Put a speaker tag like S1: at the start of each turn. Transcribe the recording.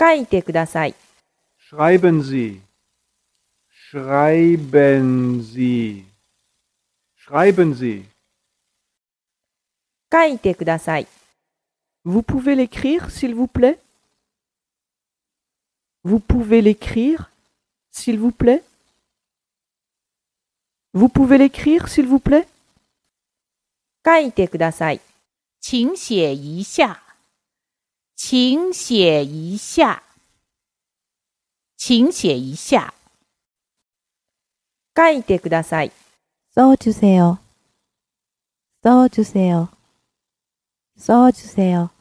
S1: 書いてください。
S2: Schreiben Sie. Schreiben Sie. Schreiben Sie.
S1: 書いてください。
S3: Vous pouvez l'écrire, s'il vous plaît Vous pouvez l'écrire, s'il vous plaît Vous pouvez l'écrire, s'il vous plaît
S1: 書いてください。
S4: 请写一下，请写一下，请写一下，
S1: 書いてください。
S5: 써주세요. 써주세요. 써주세요.